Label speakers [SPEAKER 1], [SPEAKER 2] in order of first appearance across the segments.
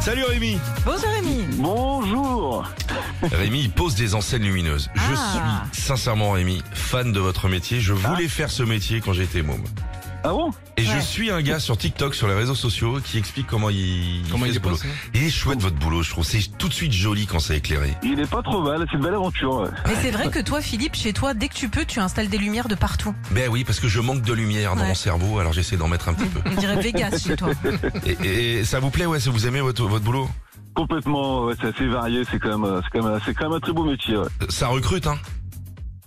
[SPEAKER 1] Salut Rémi
[SPEAKER 2] Bonjour Rémi.
[SPEAKER 3] Bonjour.
[SPEAKER 1] Rémi, il pose des enseignes lumineuses.
[SPEAKER 2] Ah.
[SPEAKER 1] Je suis sincèrement Rémi, fan de votre métier. Je voulais faire ce métier quand j'étais môme.
[SPEAKER 3] Ah bon
[SPEAKER 1] Et je
[SPEAKER 2] Ouais.
[SPEAKER 1] suis un gars sur TikTok, sur les réseaux sociaux, qui explique comment il,
[SPEAKER 4] Comment
[SPEAKER 1] fait
[SPEAKER 4] il
[SPEAKER 1] ce
[SPEAKER 4] est
[SPEAKER 1] boulot.
[SPEAKER 4] passé
[SPEAKER 1] Il est chouette votre boulot, je trouve. C'est tout de suite joli quand c'est éclairé.
[SPEAKER 3] Il est pas trop mal, c'est une belle aventure. ouais.
[SPEAKER 2] Mais c'est vrai que toi, Philippe, chez toi, dès que tu peux, tu installes des lumières de partout.
[SPEAKER 1] Ben oui, parce que je manque de lumière dans
[SPEAKER 2] Ouais.
[SPEAKER 1] mon cerveau, alors j'essaie d'en mettre un petit peu.
[SPEAKER 2] On dirait Vegas chez toi.
[SPEAKER 1] Et, et- et ça vous plaît, ouais, ça vous aimez votre, votre boulot
[SPEAKER 3] Complètement, ouais, c'est assez varié, c'est quand même, euh, c'est quand même, c'est quand même un très beau métier. Ouais.
[SPEAKER 1] Euh, Ça recrute, hein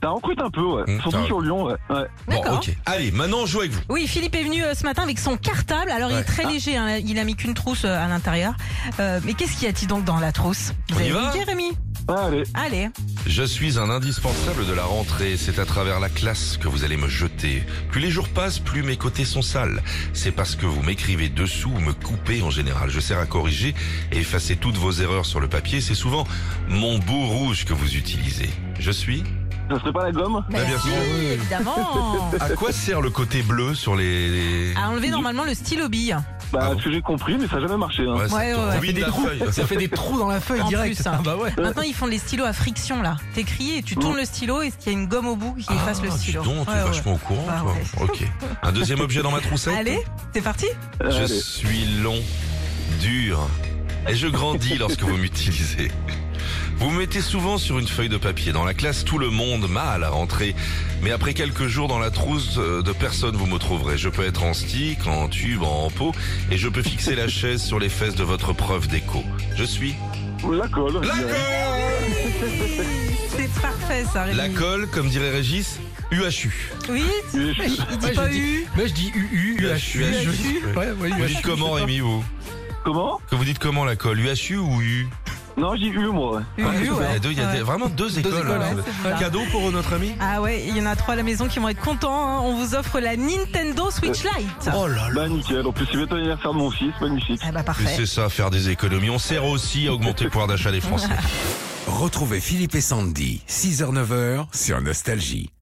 [SPEAKER 3] Ça recrute un peu, ouais.
[SPEAKER 1] Mmh,
[SPEAKER 3] Surtout
[SPEAKER 1] ça-
[SPEAKER 3] sur Lyon, ouais. ouais.
[SPEAKER 1] Bon,
[SPEAKER 2] D'accord.
[SPEAKER 1] ok. Allez, maintenant on joue avec vous.
[SPEAKER 2] Oui, Philippe est venu euh, ce matin avec son cartable. Alors il
[SPEAKER 1] Ouais. Ah.
[SPEAKER 2] est très léger, hein. il a mis qu'une trousse euh, à l'intérieur. Euh, mais qu'est-ce qu'il y a-t-il donc dans la trousse Vous
[SPEAKER 1] On y
[SPEAKER 2] avez
[SPEAKER 1] va Bah,
[SPEAKER 2] une idée, Rémi
[SPEAKER 3] Ah, allez,
[SPEAKER 2] Allez.
[SPEAKER 1] Je suis un indispensable de la rentrée. C'est à travers la classe que vous allez me jeter. Plus les jours passent, plus mes côtés sont sales. C'est parce que vous m'écrivez dessous ou me coupez en général. Je sers à corriger et effacer toutes vos erreurs sur le papier. C'est souvent mon beau rouge que vous utilisez. Je suis
[SPEAKER 3] ça serait pas la gomme
[SPEAKER 1] Bah, bien
[SPEAKER 2] si,
[SPEAKER 1] sûr.
[SPEAKER 2] évidemment.
[SPEAKER 1] À quoi sert le côté bleu sur les... les-
[SPEAKER 2] À enlever normalement le stylo bille.
[SPEAKER 3] Bah,
[SPEAKER 1] Ah bon
[SPEAKER 3] ce que j'ai compris, mais ça a jamais marché. Hein.
[SPEAKER 1] Ouais, ça
[SPEAKER 2] ouais,
[SPEAKER 1] te
[SPEAKER 2] ouais.
[SPEAKER 1] ruine la feuille.
[SPEAKER 4] Ça fait des trous dans la feuille
[SPEAKER 2] En
[SPEAKER 4] direct.
[SPEAKER 2] plus, hein.
[SPEAKER 4] Ah bah ouais.
[SPEAKER 2] Maintenant, ils font les stylos à friction là. T'écris et tu tournes le stylo et il y a une gomme au bout qui efface le
[SPEAKER 1] Ah, dis
[SPEAKER 2] stylo.
[SPEAKER 1] donc, tu es
[SPEAKER 2] Ouais, ouais.
[SPEAKER 1] vachement au courant,
[SPEAKER 2] Ah,
[SPEAKER 1] toi.
[SPEAKER 2] ouais.
[SPEAKER 1] Ok. Un deuxième objet dans ma troussette
[SPEAKER 2] Allez, c'est parti.
[SPEAKER 3] Euh,
[SPEAKER 1] Je
[SPEAKER 3] allez.
[SPEAKER 1] suis long, dur, et je grandis lorsque vous m'utilisez. Vous me mettez souvent sur une feuille de papier. Dans la classe, tout le monde m'a à la rentrée. Mais après quelques jours dans la trousse euh, de personne, vous me trouverez. Je peux être en stick, en tube, en pot, et je peux fixer la chaise sur les fesses de votre prof d'écho. Je suis...
[SPEAKER 3] La colle. je
[SPEAKER 1] La
[SPEAKER 3] dirais.
[SPEAKER 1] colle
[SPEAKER 2] C'est parfait ça, Rémi.
[SPEAKER 1] La colle, comme dirait Régis, UHU.
[SPEAKER 2] Oui,
[SPEAKER 3] Oui,
[SPEAKER 2] il
[SPEAKER 3] je-
[SPEAKER 2] dit
[SPEAKER 4] Ouais,
[SPEAKER 1] Ah,
[SPEAKER 2] pas
[SPEAKER 4] j'ai
[SPEAKER 2] U.
[SPEAKER 4] Moi je dis UU, UHU.
[SPEAKER 1] UHU.
[SPEAKER 4] Ouais, ouais,
[SPEAKER 1] Vous dites
[SPEAKER 4] UHU.
[SPEAKER 1] comment, Rémi, vous
[SPEAKER 3] Comment
[SPEAKER 1] Que vous dites comment la colle UHU ou U
[SPEAKER 3] Non, j'ai eu, moi. ouais.
[SPEAKER 2] U,
[SPEAKER 1] Il y
[SPEAKER 2] ouais.
[SPEAKER 1] a deux- il y a
[SPEAKER 2] Ouais.
[SPEAKER 1] des- vraiment deux écoles.
[SPEAKER 4] écoles,
[SPEAKER 1] hein.
[SPEAKER 2] ouais, c'est bizarre.
[SPEAKER 1] Cadeau pour notre ami
[SPEAKER 2] Ah ouais, il y en a trois à la maison qui vont être contents. hein. On vous offre la Nintendo Switch Lite.
[SPEAKER 1] Oh là
[SPEAKER 3] Bah, nickel. En plus, c'est bientôt l'anniversaire de mon fils, magnifique.
[SPEAKER 2] Ah bah
[SPEAKER 1] Mais
[SPEAKER 2] parfait.
[SPEAKER 1] c'est ça, faire des économies. On sert aussi à augmenter le pouvoir d'achat des Français.
[SPEAKER 5] Retrouvez Philippe et Sandy, 6h-9h sur Nostalgie.